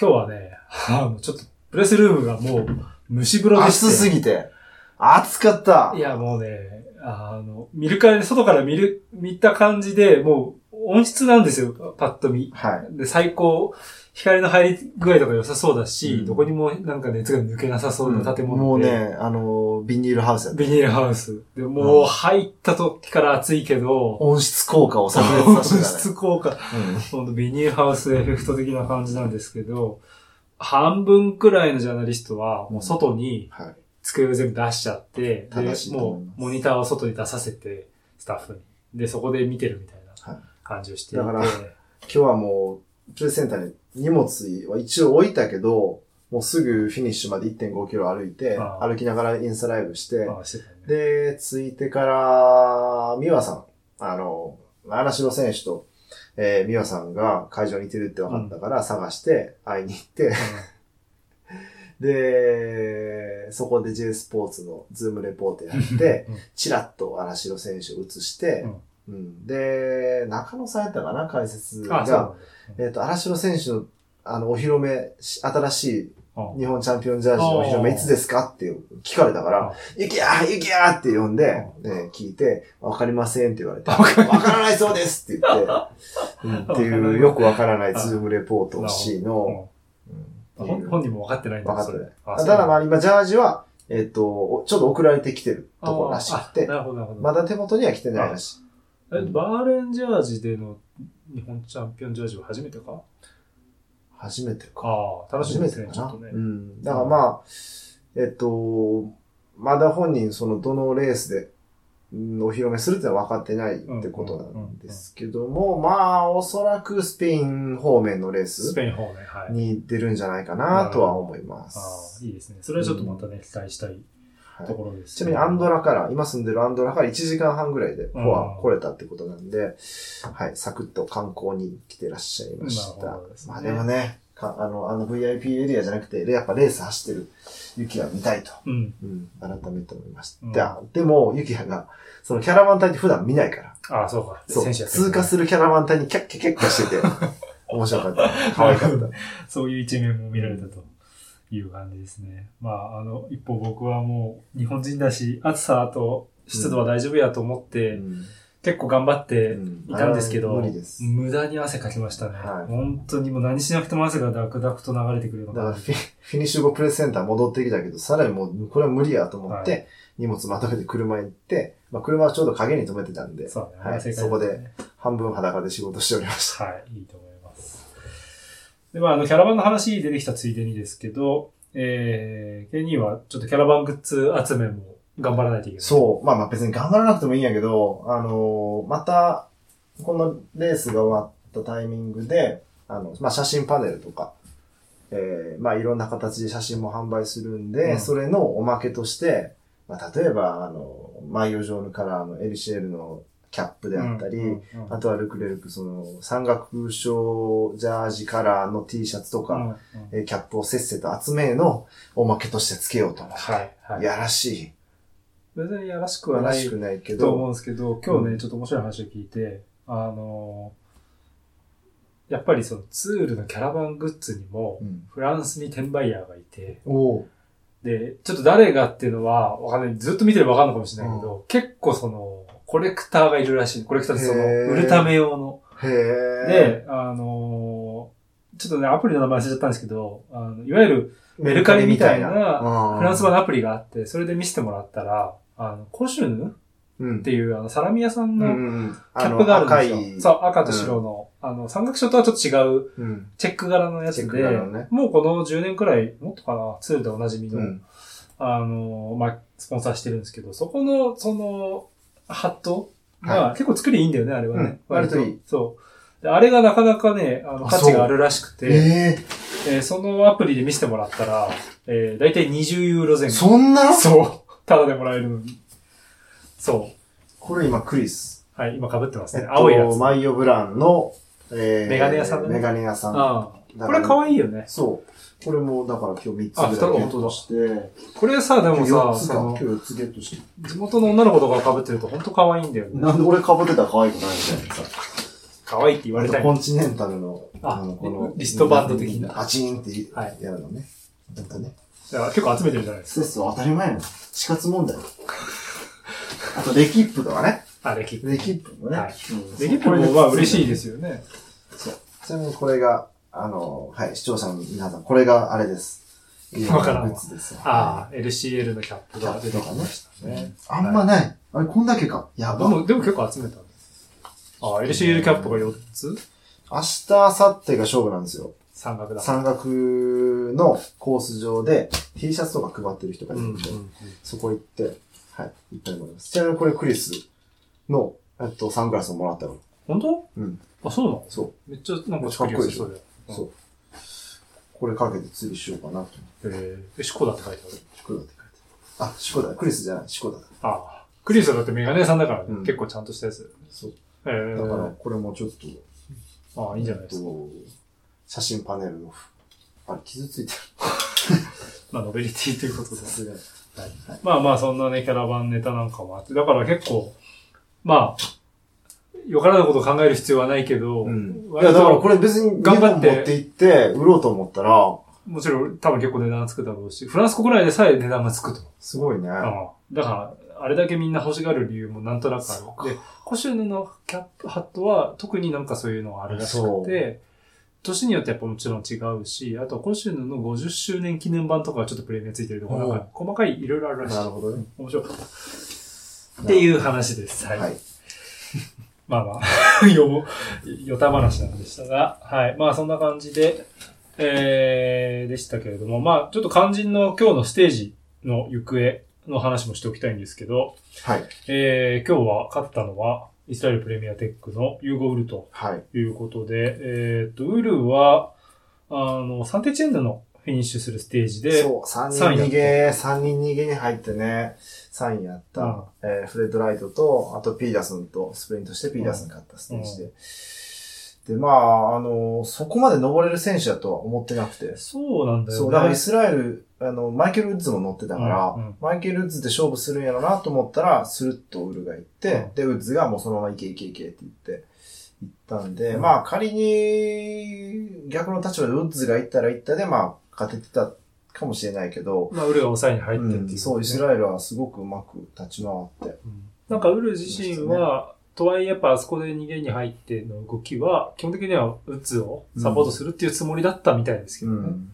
Speaker 2: 今日はね、あの、ちょっと、プレスルームがもう、蒸し風呂でして。
Speaker 3: 暑すぎて、暑かった
Speaker 2: いや、もうね、あの、見るから、外から見る、見た感じで、もう、音質なんですよ、パッと見。
Speaker 3: はい。
Speaker 2: で、最高、光の入り具合とか良さそうだし、
Speaker 3: うん
Speaker 2: どこにもなんか熱が抜けなさそうな建物で、
Speaker 3: もうね、あの、ビニールハウスやった。
Speaker 2: ビニールハウス。で、もう
Speaker 3: うん
Speaker 2: 入った時から暑いけど、
Speaker 3: 温室効果を炸
Speaker 2: 音
Speaker 3: 裂させ
Speaker 2: <laughs> 質効果、
Speaker 3: たね。うん
Speaker 2: ほんとビニールハウスエフェクト的な感じなんですけど、半分くらいのジャーナリストは、もう外に
Speaker 3: はい。
Speaker 2: 机を全部出しちゃって、
Speaker 3: 正しい
Speaker 2: で、
Speaker 3: と思い
Speaker 2: も
Speaker 3: ます
Speaker 2: うモニターを外に出させて、スタッフに。で、そこで見てるみたい
Speaker 3: はい
Speaker 2: な感じをしていて。
Speaker 3: だから今日はもう、プレスセンターに荷物は一応置いたけど、もうすぐフィニッシュまで1.5キロ歩いて、
Speaker 2: あー
Speaker 3: 歩きながらインスタライブして、
Speaker 2: まあしてたね
Speaker 3: で、ついてから、美和さん、あの、嵐の選手と、えー、美和さんが会場にいてるって分かったから探して会いに行って、 <laughs> で、そこで J スポーツのズームレポートや
Speaker 2: <laughs>
Speaker 3: って
Speaker 2: うん、
Speaker 3: チラッと嵐の選手を映して、うんで、中野さんやったかな解説
Speaker 2: うんあ、そうな
Speaker 3: が、
Speaker 2: んだ
Speaker 3: えっ、と、嵐の選手のあの、お披露目し、新しい
Speaker 2: うん
Speaker 3: 日本チャンピオンジャージのお披露目
Speaker 2: あー
Speaker 3: いつですかって聞かれたから、ゆきやーゆきやーって呼んで、えー聞いて、わかりませんって言われて、わからないそうですっ
Speaker 2: <laughs>
Speaker 3: て言って、うんっていうよくわからないズームレポートをしの、
Speaker 2: うん
Speaker 3: うん
Speaker 2: 本本人も分かってないんだ
Speaker 3: 分かってない
Speaker 2: あ
Speaker 3: ただまあ今ジャージは、えっと、ちょっと送られてきてるところらしく
Speaker 2: あ
Speaker 3: て
Speaker 2: な、るほど、なるほど。
Speaker 3: まだ手元には来てないらしい。
Speaker 2: えバーレンジャージでの日本チャンピオンジャージは初めてか
Speaker 3: 初めてか。
Speaker 2: ああ、楽しみですね、ち
Speaker 3: 初
Speaker 2: ょ
Speaker 3: め
Speaker 2: ってとね。
Speaker 3: かなうん。だからまあ、えっと、まだ本人、その、どのレースで、うんお披露目するってのは分かってないってことなんですけども、まあ、おそらくスペイン方面のレー
Speaker 2: ス
Speaker 3: ス
Speaker 2: ペイン方ね、はい。
Speaker 3: に出るんじゃないかなとは思いま
Speaker 2: ああ、
Speaker 3: す。
Speaker 2: いいですね。それはちょっとまたね、期待したい
Speaker 3: はい
Speaker 2: ところです、
Speaker 3: ちなみにアンドラから、今住んでるアンドラから1時間半ぐらいでフォア来れたってことなんで、はい、サクッと観光に来てらっしゃいまし
Speaker 2: なる
Speaker 3: た
Speaker 2: ほどで。すね
Speaker 3: まあでもね、かあの、あの VIP エリアじゃなくて、やっぱレース走ってる雪は見たいと、
Speaker 2: うん。
Speaker 3: うん、改めて思いまし
Speaker 2: うん
Speaker 3: た。でも、雪はが、そのキャラバン隊って普段見ないから、
Speaker 2: ああ、そうか。
Speaker 3: そう、
Speaker 2: 選手やってる
Speaker 3: 通過するキャラバン隊にキャッキャキャッキャして
Speaker 2: <laughs>
Speaker 3: て、面白かった。可愛かった。
Speaker 2: そういう一面も見られたという感じですね。まあ、あの、一方僕はもう日本人だし、暑さと湿度は大丈夫やと思って、
Speaker 3: うん
Speaker 2: 結構頑張って
Speaker 4: うん
Speaker 2: いたんですけ
Speaker 3: あ
Speaker 2: ど、
Speaker 3: ー無理です
Speaker 2: 無駄に汗かきましたね。
Speaker 3: はい
Speaker 2: 本当にもう何しなくても汗がダクダクと流れてくるの
Speaker 3: だか
Speaker 2: が。
Speaker 3: らフィ、フィニッシュ後プレスセンター戻ってきたけど、さらにもう、これは無理やと思って、
Speaker 2: は
Speaker 3: 荷物まとめて車行って、まあ、車はちょうど影に止めてたんで、
Speaker 2: そうだね、
Speaker 3: はい
Speaker 2: 正解
Speaker 3: そこ
Speaker 2: だね
Speaker 3: で半分裸で仕事しておりました。
Speaker 2: はい、いいと思います。で、まあ、あの、キャラバンの話出てきたついでにですけど、えー、ケニーはちょっとキャラバングッズ集めも頑張らないといけない。
Speaker 3: そう。まあまあ別に頑張らなくてもいいんやけど、あのーまた、このレースが終わったタイミングで、あの、まあ写真パネルとか、えーまあいろんな形で写真も販売するんで、
Speaker 2: うん
Speaker 3: それのおまけとして、まあ例えば、あの、マイオジョーヌカラーのエルシエルのキャップであったり、
Speaker 2: うんうんうん
Speaker 3: あとはルクレルク、その、山岳賞ジャージカラーの T シャツと
Speaker 2: うん
Speaker 3: か、
Speaker 2: うん
Speaker 3: えーキャップをせっせと集めのおまけとしてつけようと思う。
Speaker 2: はい、はい。
Speaker 3: やらし
Speaker 2: 別にやらし
Speaker 3: い。
Speaker 2: く
Speaker 3: や
Speaker 2: は
Speaker 3: ら
Speaker 2: な
Speaker 3: し
Speaker 2: い
Speaker 3: くないけ
Speaker 2: と
Speaker 3: ど、
Speaker 2: 思うんですけど、今日
Speaker 3: う
Speaker 2: ね、ちょっと面白い話を聞いて、あのーやっぱりそのツールのキャラバングッズにも、
Speaker 3: うん
Speaker 2: フランスに転売ヤーがいて、
Speaker 3: おう
Speaker 2: で、ちょっと誰がっていうのは、わかんない。ずっと見てればわかんのかもしれないけど、結構その、コレクターがいるらしい。コレクターってその
Speaker 3: へー、
Speaker 2: 売るため用の。
Speaker 3: へえ。
Speaker 2: で、あのーちょっとね、アプリの名前忘れちゃったんですけど、あのいわゆる
Speaker 3: メ
Speaker 2: ルカリみたいなフ
Speaker 3: フ
Speaker 2: ランス版のアプリがあって、それで見せてもらったら、あの、コシュヌ
Speaker 3: っ
Speaker 2: っていう、あの、サラミ屋さん
Speaker 3: うんう
Speaker 2: の
Speaker 3: んうん、
Speaker 2: キャップがあるんですよ。
Speaker 3: あの
Speaker 2: そう、赤と白の、あの、三角章とはちょっと違う、
Speaker 3: 赤い、うん
Speaker 2: チェック柄のやつ
Speaker 3: チェッ
Speaker 2: で
Speaker 3: ク柄のね、
Speaker 2: もうこの10年くらい、もっとかな、ツールでおなじみ
Speaker 3: う
Speaker 2: の、
Speaker 3: ん
Speaker 2: あの、まあ、スポンサーしてるんですけど、そこの、その、ハット
Speaker 3: は
Speaker 2: が結構作りいいんだよね、あれはね。
Speaker 3: うん割といい。
Speaker 2: そう。であれがなかなかね、あの、
Speaker 3: あ
Speaker 2: 価値があるらしくて、
Speaker 3: え
Speaker 2: えーそのアプリで見せてもらったら、えー、だいたい20ユーロ前
Speaker 3: ー、
Speaker 2: 後。
Speaker 3: そんな
Speaker 2: そう。ただでもらえるのに。そ
Speaker 3: これ今クリス。
Speaker 2: う。はい、今被ってます
Speaker 3: えっ
Speaker 2: ね。
Speaker 3: と、
Speaker 2: 青いやつ。
Speaker 3: マイオブランの、えー
Speaker 2: メガネ屋さんだね
Speaker 3: メガネ屋さん。
Speaker 2: ああ。こ
Speaker 3: だから
Speaker 2: れ可愛いよね。
Speaker 3: そう。これも、だから今日3つ
Speaker 2: あ
Speaker 3: ぐらい
Speaker 2: 二つ
Speaker 3: ゲットして、
Speaker 2: これさ、でも
Speaker 3: 4
Speaker 2: さ、
Speaker 3: つ
Speaker 2: そ
Speaker 3: か。今
Speaker 2: の
Speaker 3: 日、4つゲットして。
Speaker 2: 地元の女の子とかが被ってると本当可愛いんだよね。
Speaker 3: なんで俺被ってたら可愛くないみたいなさ。
Speaker 2: 可愛いって言われた
Speaker 3: あ
Speaker 2: い
Speaker 3: と。コンチネンタルの、
Speaker 2: あリストバンド的な
Speaker 3: パチンって
Speaker 2: はい
Speaker 3: やるのね。だったね。
Speaker 2: いや結構集めてるじゃないですか。
Speaker 3: セッは当たり前なの。死活問
Speaker 2: <laughs>
Speaker 3: 題。あと、レキップとかね。
Speaker 2: あ、レキップ。
Speaker 3: レキップもね。
Speaker 2: はい
Speaker 3: うん
Speaker 2: レキップもまあ嬉しい
Speaker 3: で
Speaker 2: ですよね。
Speaker 3: す。ちなみにこれが、あの、はい、視聴者の皆さん、これがあれです。
Speaker 2: わからんわ
Speaker 3: グッズですよ。
Speaker 2: ああ、LCL のキャップ
Speaker 3: キャ
Speaker 2: が
Speaker 3: ッ
Speaker 2: 出て
Speaker 3: プと
Speaker 2: き
Speaker 3: か
Speaker 2: ま
Speaker 3: ね
Speaker 2: したね。
Speaker 3: あんまない。あれ、こんだけか。や
Speaker 2: で
Speaker 3: ば。
Speaker 2: も、でも結構集めたんです。ああ、LCL キャップが4つ
Speaker 3: 明日、明後日が勝負なんですよ。
Speaker 2: 三角だ。
Speaker 3: 山岳のコース上で T シャツとか配ってる人が
Speaker 2: う
Speaker 3: い
Speaker 2: ん
Speaker 3: る
Speaker 2: うんん
Speaker 3: で、そこ行って、はい、行ったいと思います。ちなみにこれクリスの、えっと、サングラスをもらったの。
Speaker 2: 本当
Speaker 3: うん。
Speaker 2: あ、そうなの
Speaker 3: そう。
Speaker 2: めっちゃなんか作りやすそうだよ。うん
Speaker 3: そう。これかけて釣りしようかなと思って。
Speaker 2: へえ、シコダって書いてある。
Speaker 3: シコダって書いてある。あ、シコダ。クリスじゃない、シコダだ。
Speaker 2: ああ。クリスはだってメガネ屋さんだからね
Speaker 3: うん
Speaker 2: 結構ちゃんとしたやつ。
Speaker 3: そう。
Speaker 2: へえ。
Speaker 3: だから、これもちょっと、
Speaker 2: ああ、いいんじゃないですか。
Speaker 3: と写真パネルの、あれ、傷ついて
Speaker 2: まあ、ノベリティということ
Speaker 3: る。
Speaker 2: で
Speaker 3: さ
Speaker 2: す。
Speaker 3: すがに。
Speaker 2: まあまあ、そんなね、キャラバンネタなんかもあって、だから結構、まあ、よからぬことを考える必要はないけど、
Speaker 3: うん。い
Speaker 2: 割
Speaker 3: や、
Speaker 2: と
Speaker 3: だからこれ別に、
Speaker 2: 頑張って
Speaker 3: 日本持って行って、売ろうと思ったら、
Speaker 2: もちろん多分結構値段つくだろうし、フランス国内でさえ値段がつくと。
Speaker 3: すごいね。
Speaker 2: うんだから、あれだけみんな欲しがる理由もなんとなくある。で、コシュヌのキャップ、ハットは特になんかそういうのがあるらし
Speaker 3: そ
Speaker 2: く
Speaker 3: う
Speaker 2: て、年によってやっぱもちろん違うし、あとコシュヌの50周年記念版とかはちょっとプレミアついてるところ、なんか細かいいろいろあるらしい
Speaker 3: な。るほどね。
Speaker 2: 面白かった。っていう話です。はい。
Speaker 3: はい。
Speaker 2: まあまあ、 <laughs> よぼ、よた話なんでしたが、はい。まあそんな感じで、えー、でしたけれども、まあちょっと肝心の今日のステージの行方の話もしておきたいんですけど、
Speaker 3: はい。
Speaker 2: えー、今日は勝ったのは、イスラエルプレミアテックのユーゴウルと
Speaker 3: はい。
Speaker 2: いうことで、えーっと、ウルは、あの、サンテチェンヌのフィニッシュするステージで、
Speaker 3: そう、三人
Speaker 2: 三位だ
Speaker 3: 逃
Speaker 2: っ
Speaker 3: げ、三人逃げに入ってね、3位やった、
Speaker 2: うん
Speaker 3: えーフレッド・ライトと、あとピーダスンと、スプリントしてピーダスン勝ったステージで。で、まあ、あの、そこまで登れる選手だとは思ってなくて。
Speaker 2: そうなんだよね。
Speaker 3: そう、だからイスラエル、あの、マイケル・ウッズも乗ってたから、
Speaker 2: うんうん
Speaker 3: マイケル・ウッズで勝負するんやろなと思ったら、スルッとウルが行って、
Speaker 2: うん
Speaker 3: で、ウッズがもうそのまま行け行け行けって言って、行ったんで、
Speaker 2: うん
Speaker 3: まあ仮に逆の立場でウッズが行ったら行ったで、まあ勝ててたかもしれないけど、
Speaker 2: まあ、ウルが抑えに入ってっていう、
Speaker 3: うんそう、イスラエルはすごくうまく立ち回って。
Speaker 2: なんかウル自身は、とはいえ、やっぱあそこで逃げに入っての動きは、基本的には打つをサポートするっていうつもりだったみたいですけ
Speaker 3: う
Speaker 2: どね。
Speaker 3: ん。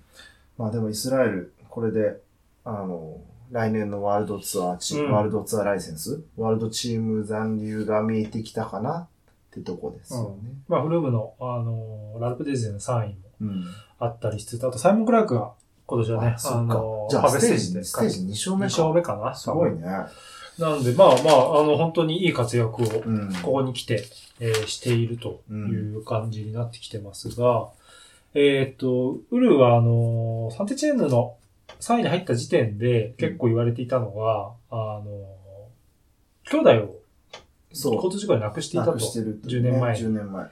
Speaker 3: まあでもイスラエル、これで、あの、来年のワールドツアーチ、
Speaker 2: うん
Speaker 3: ワールドツアーライセンス、ワールドチーム残留が見えてきたかなってとこですよね。
Speaker 2: まあ、フルームの、あのーラルプデーゼの3位も
Speaker 3: うん。
Speaker 2: あったりして、あとサイモン・クラークが今年はね、あ
Speaker 3: そっか
Speaker 2: の。ー
Speaker 3: じゃ
Speaker 2: パ
Speaker 3: あ
Speaker 2: フェ
Speaker 3: ス
Speaker 2: ステ
Speaker 3: テ
Speaker 2: ー
Speaker 3: ー
Speaker 2: ジ
Speaker 3: ジ
Speaker 2: で
Speaker 3: で。ステージ2勝
Speaker 2: 2
Speaker 3: 目
Speaker 2: 勝
Speaker 3: か。
Speaker 2: 目かな。
Speaker 3: すごいね。
Speaker 2: なので、まあまあ、あの、本当にいい活躍を、
Speaker 3: うん。
Speaker 2: ここに来て、えーしているという感じになってきてますが、えーっと、ウルは、あのー、サンテチェーヌの3位に入った時点で結構言われていたのが、あのー、兄弟を
Speaker 3: そう。
Speaker 2: 交通事故で亡くしていた
Speaker 3: な
Speaker 2: と。
Speaker 3: くしてると
Speaker 2: 10年前に
Speaker 3: 10年前。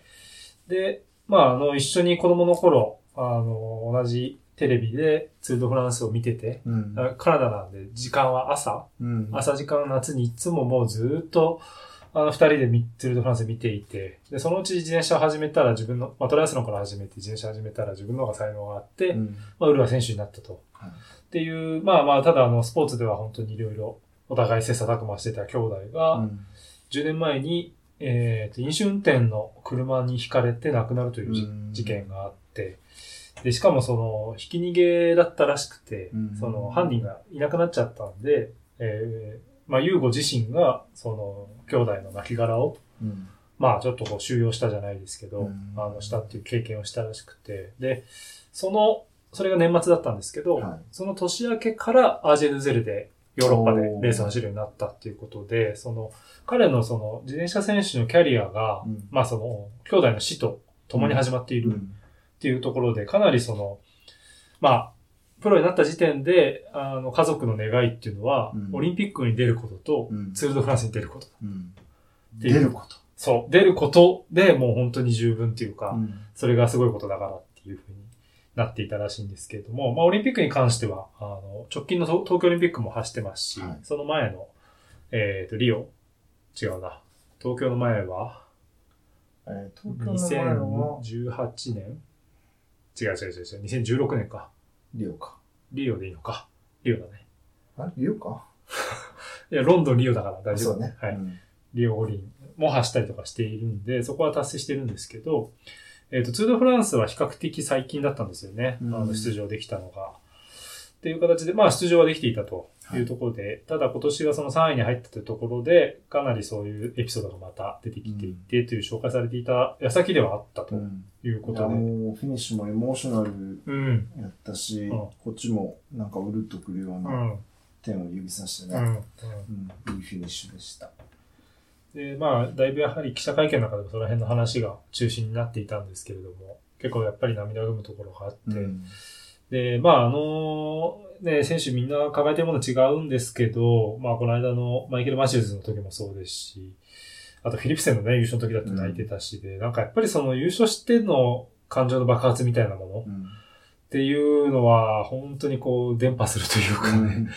Speaker 2: で、まあ、あの、一緒に子供の頃、あの、同じテレビでツールドフランスを見てて、
Speaker 3: うん。
Speaker 2: カナダなんで、時間は朝、
Speaker 3: うん。
Speaker 2: 朝時間夏にいつももうずーっと、あの、二人でみツールドフランス見ていて、で、そのうち自転車を始めたら自分の、まあ、トライアスロンから始めて自転車始めたら自分の方が才能があって、
Speaker 3: うん
Speaker 2: まあ、ウルは選手になったと。
Speaker 3: はい
Speaker 2: っていう、まあまあ、ただあの、スポーツでは本当にいろいろ、お互い切磋琢磨してた兄弟が、
Speaker 3: うん
Speaker 2: 10年前に、えーと飲酒運転の車にひかれて亡くなるというじ
Speaker 3: うん
Speaker 2: 事件があって、で、しかもその、ひき逃げだったらしくて
Speaker 3: うん、
Speaker 2: その、犯人がいなくなっちゃったんで、えーまあ、ユーゴ自身が、その、兄弟の亡骸を、
Speaker 3: うん
Speaker 2: まあ、ちょっとこう収容したじゃないですけど、
Speaker 3: うん
Speaker 2: あの、したっていう経験をしたらしくて、で、その、それが年末だったんですけど、
Speaker 3: はい
Speaker 2: その年明けからアージェルゼルでヨーロッパでレースを走るようになったっていうことで、その、彼のその自転車選手のキャリアが、
Speaker 3: うん
Speaker 2: まあその、兄弟の死と共に始まっているっていうところで、かなりその、まあ、プロになった時点で、あの、家族の願いっていうのは、
Speaker 3: うん
Speaker 2: オリンピックに出ることと、
Speaker 3: うん
Speaker 2: ツールドフランスに出ること。
Speaker 3: うん
Speaker 2: ってい
Speaker 3: 出
Speaker 2: う
Speaker 3: ること。
Speaker 2: そう、出ることでもう本当に十分っていうか、
Speaker 3: うん
Speaker 2: それがすごいことだからっていうふうになっていたらしいんですけれども、まあオリンピックに関しては、あの、直近の東東京オリンピックも走ってますし、
Speaker 3: はい
Speaker 2: その前の、えっ、と、リオ、違うな、東京の前は、
Speaker 3: えー東京の前の
Speaker 2: 2018年違う違う違う違う、2016年か。
Speaker 3: リオか。
Speaker 2: リオでいいのか。リオだね。
Speaker 3: あリオか。
Speaker 2: いや、ロンドン、リオだから大丈夫。
Speaker 3: そうね。
Speaker 2: はい。
Speaker 3: うん
Speaker 2: リオ五輪も走ったりとかしているんで、そこは達成してるんですけど、えっ、と、ツールドフランスは比較的最近だったんですよね。
Speaker 3: うん
Speaker 2: あの出場できたのが。っていう形で、まあ出場はできていたというところで、ただ今年がその3位に入ったというところで、かなりそういうエピソードがまた出てきていて、という紹介されていた矢先ではあったと
Speaker 3: うん
Speaker 2: いうこ
Speaker 3: いや
Speaker 2: とで。うん。
Speaker 3: もうフィニッシュもエモーショナル
Speaker 2: うん。
Speaker 3: やったし、
Speaker 2: ん
Speaker 3: こっちもなんかうるっとくるよう
Speaker 2: う。
Speaker 3: なん点を指さして
Speaker 2: う
Speaker 3: ね、
Speaker 2: ん。
Speaker 3: うんいいフィニッシュでした。
Speaker 2: で、まあ、だいぶやはり記者会見の中でもその辺の話が中心になっていたんですけれども、結構やっぱり涙ぐむところがあって、
Speaker 3: うん
Speaker 2: で、まあ、あの、ね、選手みんな抱えてるもの違うんですけど、まあ、この間のマイケル・マシューズの時もそうですし、あとフィリプセンのね、優勝の時だって泣いてたしで、なんかやっぱりその優勝しての感情の爆発みたいなもの
Speaker 3: うん
Speaker 2: っていうのは、本当にこう、伝播するというかね、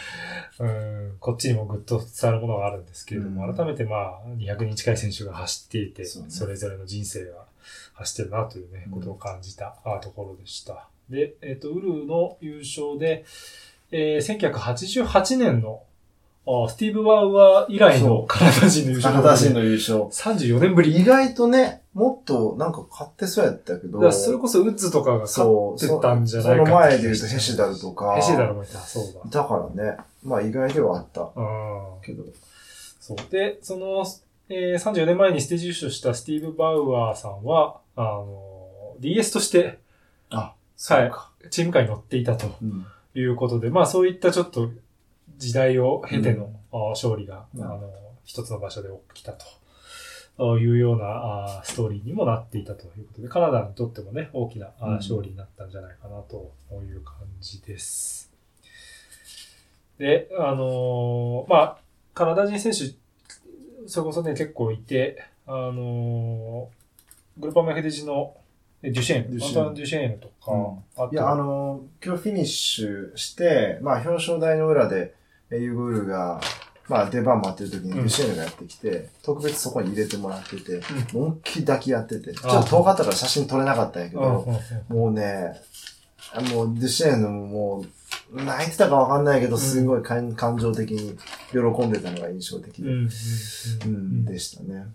Speaker 2: うん、こっちにもぐっと伝わるものがあるんですけれども、
Speaker 3: うん
Speaker 2: 改めてまあ、200人近い選手が走っていて、そ,、
Speaker 3: そうね
Speaker 2: れぞれの人生が走ってるなというね、
Speaker 3: うん
Speaker 2: ことを感じた、あところでした。で、えっ、と、ウルの優勝で、えー1988年の、あスティーブ・ワウアー以来
Speaker 3: そ
Speaker 2: の
Speaker 3: う
Speaker 2: カナダ人の優勝。
Speaker 3: カナダ人の優勝。
Speaker 2: 34年ぶり。
Speaker 3: 意外とね、もっとなんか勝ってそうやったけ
Speaker 2: だ
Speaker 3: ど、
Speaker 2: からそれこそウッズとかが勝
Speaker 3: そう
Speaker 2: ってたんじゃないか
Speaker 3: その前で言うとヘシダルとか
Speaker 2: ヘシダルもいた、そうだ。
Speaker 3: だからね、まあ意外ではあった
Speaker 2: うん。
Speaker 3: けど、
Speaker 2: そう。で、その、えー34年前にステージ優勝したスティーブ・バウアーさんは、あの、DS として、
Speaker 3: あ、
Speaker 2: はい、チーム会に乗っていたと
Speaker 3: うん
Speaker 2: いうことで、まあそういったちょっと時代を経ての、あー勝利が、
Speaker 3: うん
Speaker 2: あの、一つの場所で起きたと。あーいうようなあーストーリーにもなっていたということで、カナダにとってもね、大きなあー
Speaker 3: うん
Speaker 2: 勝利になったんじゃないかなという感じです。で、あのーまあ、カナダ人選手、それこそね、結構いて、あのーグルパメヘデジのえデュシェーン、
Speaker 3: デュシェーン
Speaker 2: アントワン・デュシェーンとか、
Speaker 3: う
Speaker 2: あと
Speaker 3: いや、あのー今日フィニッシュして、まあ表彰台の裏で、えユーグルが、まあ出番待ってる時に
Speaker 2: うん
Speaker 3: ルシエルがやってきて、特別そこに入れてもらってて、モンキー抱き合ってて、ちょ
Speaker 2: あ
Speaker 3: っと遠かったから写真撮れなかったんやけ
Speaker 2: うん、
Speaker 3: ど、
Speaker 2: うん
Speaker 3: もうね、あもうデュシェーヌももう、泣いてたかわかんないけど、すごい感,、感情的に喜んでたのが印象的
Speaker 2: う
Speaker 3: で、
Speaker 2: んうん
Speaker 3: うん
Speaker 2: うん
Speaker 3: でしたね。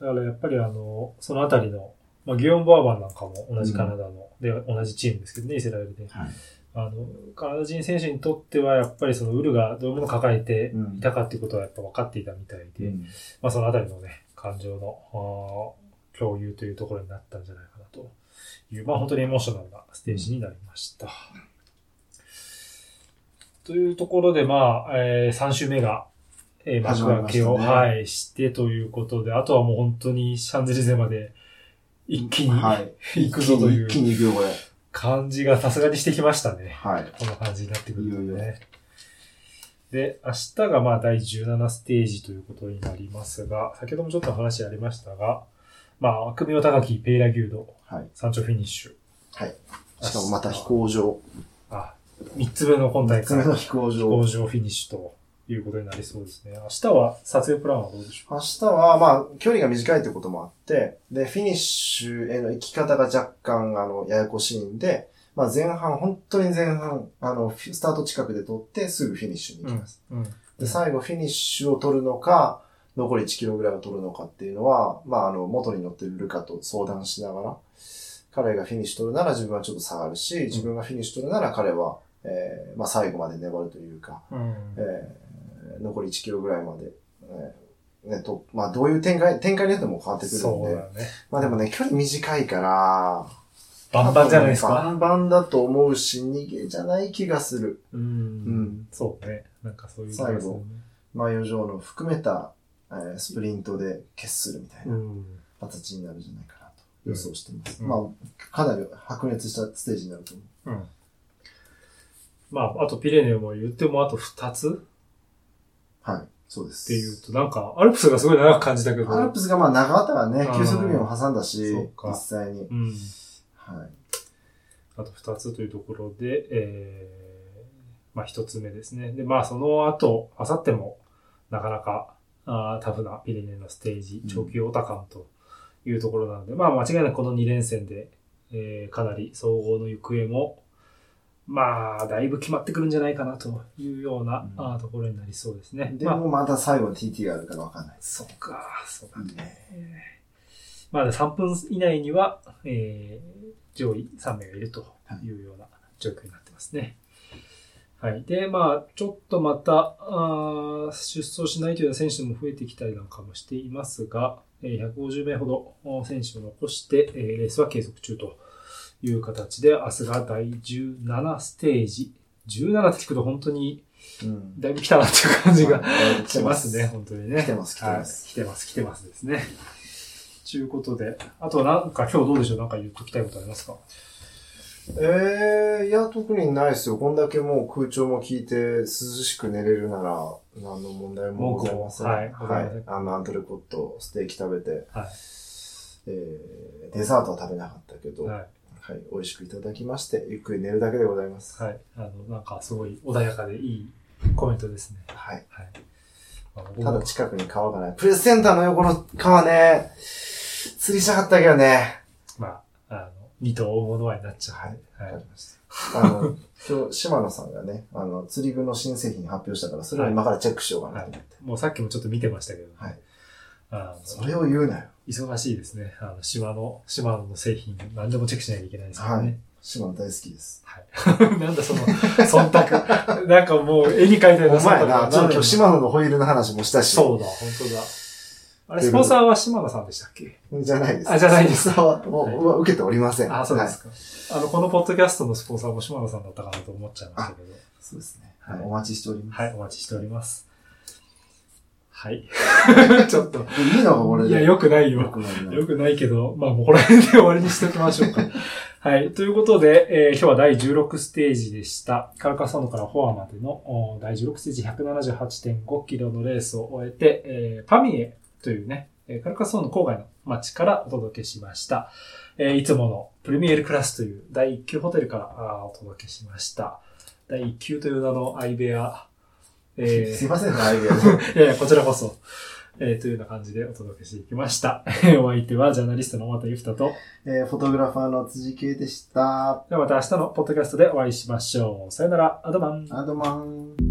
Speaker 2: だからやっぱりあの、そのあたりの、まあ、ギヨン・ボアバンなんかも同じカナダの、で、同じチームですけどね、イスラエルで。
Speaker 5: はい
Speaker 2: あの、カナダ人選手にとっては、やっぱりそのウルがどういうものを抱えていたかっていうことはやっぱ分かっていたみたいで、
Speaker 5: うん
Speaker 2: まあそのあたりのね、感情のあー共有というところになったんじゃないかなという、まあ本当にエモーショナルなステージになりました。というところで、まあ、えー、3週目が、えー、幕開けを、
Speaker 3: 始まりましたね
Speaker 2: はい、してということで、あとはもう本当にシャンゼリゼまで一気に、
Speaker 3: はい。
Speaker 2: <laughs> 行くぞという
Speaker 3: 一気に行くよ、これ。
Speaker 2: 感じがさすがにしてきましたね。
Speaker 3: はい。
Speaker 2: この感じになってくるん
Speaker 3: いよ
Speaker 2: で
Speaker 3: い
Speaker 2: ね。で、明日がまあ第17ステージということになりますが、先ほどもちょっと話ありましたが、まあ、組を高き、ペイラ牛丼、
Speaker 3: はい。
Speaker 2: 山頂フィニッシュ。
Speaker 3: はい。しかもまた飛行場。
Speaker 2: あ、3つ目の今大
Speaker 3: 3つ
Speaker 2: 会
Speaker 3: 目の
Speaker 2: の
Speaker 3: 飛行場
Speaker 2: 工。場フィニッシュということになりそうですね。明日は撮影プランはどうでしょ
Speaker 3: 明日は、まあ、距離が短いってこともあって、で、フィニッシュへの行き方が若干、あの、ややこしいんで、まあ、前半、本当に前半、あの、フィスタート近くで取って、すぐフィニッシュに
Speaker 2: う
Speaker 3: 行きます。
Speaker 2: うん。
Speaker 3: で、最後、フィニッシュを取るのか、残り1キロぐらいを取るのかっていうのは、まあ、あの、元に乗ってるルカと相談しながら、彼がフィニッシュ取るなら自分はちょっと下がるし、自分がフィニッシュ取るなら彼は、えー、まあ、最後まで粘るというか、
Speaker 2: うん。
Speaker 3: えー残り1キロぐらいまで、えーね、と、まあどういう展開、展開によっても変わってくるん
Speaker 2: そう
Speaker 3: で、
Speaker 2: だね。
Speaker 3: まあでもね、距離短いから、
Speaker 2: バンバンじゃないですか。
Speaker 3: バンバンだと思うし、逃げじゃない気がする。
Speaker 2: う。
Speaker 3: うんん。
Speaker 2: そうね。なんかそういう気がするね
Speaker 3: まあ余剰の含めた、えースプリントで決するみたいな
Speaker 2: うん。
Speaker 3: 形になるんじゃないかなと予想してます。
Speaker 2: うん
Speaker 3: まあ、かなり白熱したステージになると思う。
Speaker 2: うんまあ、あとピレネも言ってもあと2つ
Speaker 3: はい。そうです。
Speaker 2: っていうと、なんか、アルプスがすごい長く感じたけど。
Speaker 3: アルプスがまあ長かったからね
Speaker 2: あー、
Speaker 3: 休息日も挟んだし
Speaker 2: そう、か
Speaker 3: 実際に。
Speaker 2: うん。
Speaker 3: はい。
Speaker 2: あと2つというところで、えー、まあ1つ目ですね。で、まあその後、あさっても、なかなか、あータフなピレネのステージ、長期オタカンというところなので、まあ間違いなくこの2連戦で、えー、かなり総合の行方も、まあ、だいぶ決まってくるんじゃないかなというような、
Speaker 3: うん
Speaker 2: あーところになりそうですね。
Speaker 3: で
Speaker 2: まあ
Speaker 3: もまだ最後 TT があるからわかんない。
Speaker 2: そうか、そうだ
Speaker 3: いい
Speaker 2: ね。まあ、3分以内には、えー上位3名がいるというような状況になってますね。はい。で、まあ、ちょっとまた、あー出走しないというような選手も増えてきたりなんかもしていますが、えー150名ほどお選手を残して、えーレースは継続中という形で、明日が第17ステージ。17って聞くと本当に
Speaker 3: うん。
Speaker 2: だいぶ来たなっていう感じが
Speaker 3: はい
Speaker 2: 来てますね、。本当にね。
Speaker 3: 来てます来てます
Speaker 2: はい。来てます、来てますですね。ということで、あとはなんか今日どうでしょうなんか言っときたいことありますか
Speaker 3: ええいや、特にないですよ。こんだけもう空調も効いて涼しく寝れるなら、何の問題もございません。
Speaker 2: 文句もは
Speaker 3: はいい。あの、アントレコット、ステーキ食べて、
Speaker 2: はい
Speaker 3: えーデザートは食べなかったけど、
Speaker 2: は
Speaker 3: はいい。。美味しくいただきまして、ゆっくり寝るだけでございます。
Speaker 2: はい。あの、なんかすごい穏やかでいいコメントですね。
Speaker 3: はい。
Speaker 2: はい。まあ僕
Speaker 3: ただ
Speaker 2: も
Speaker 3: 近くに川がない。プレスセンターの横の川ね、釣りしたかったけどね。
Speaker 2: まあ、あの、二頭大物はになっちゃ
Speaker 3: はい。
Speaker 2: う。はい。
Speaker 3: あの、今日、島野さんがね、あの、釣り具の新製品発表したから、それを今からチェックしようかなと思って。
Speaker 2: もうさっきもちょっと見てましたけど、
Speaker 3: はい。
Speaker 2: あ
Speaker 3: そ
Speaker 2: の
Speaker 3: れを言うなよ。
Speaker 2: 忙しいですね。あの、島の、島の製品、何でもチェックしなきゃいけないですからね。
Speaker 3: はい島野大好きです。
Speaker 2: はい。 <laughs> なんだその、忖度。なんかもう絵に描いた
Speaker 3: お
Speaker 2: ような
Speaker 3: 前
Speaker 2: 忖度
Speaker 3: な、ちょっと今日
Speaker 2: 島
Speaker 3: 島野のホイールの話もしたし。
Speaker 2: そうだ、本当だ。あれ、スポンサーは島田さんでしたっけ
Speaker 3: う。じゃないです。
Speaker 2: あじゃないです
Speaker 3: そうは、もう、は受けておりません。
Speaker 2: あ、そうです
Speaker 3: は
Speaker 2: か、
Speaker 3: い。
Speaker 2: あの、このポッドキャストのスポンサーも島田さんだったかなと思っちゃいましたけど。
Speaker 3: そうですね。
Speaker 2: はい
Speaker 3: お待ちしております。
Speaker 2: はい、お待ちしております。はい。 <laughs> ちょっと。
Speaker 3: いいのか、これで。
Speaker 2: いや、良くないよ
Speaker 3: よ。くないな
Speaker 2: よくないけど、まあ、もうこの辺で終わりにしておきましょうか。はい。ということで、えー今日は第16ステージでした。カルカソンヌからフォアまでのお第16ステージ178.5キロのレースを終えて、えーパミエというね、えーカルカソンヌ郊外の町からお届けしました。えーいつものプレミエルクラスという第1級ホテルからあーお届けしました。第1級という名の相部屋、え
Speaker 3: <laughs>
Speaker 2: ー
Speaker 3: すいませんね、アイ
Speaker 2: <laughs>
Speaker 3: ディアで。
Speaker 2: いやいや、こちらこそ。えーというような感じでお届けしていきました。 <laughs> えーお相手はジャーナリストの太田ゆふたと、
Speaker 3: えーフォトグラファーの辻圭でした。
Speaker 2: ではまた明日のポッドキャストでお会いしましょう。さよなら、アドバン。
Speaker 3: アドマン。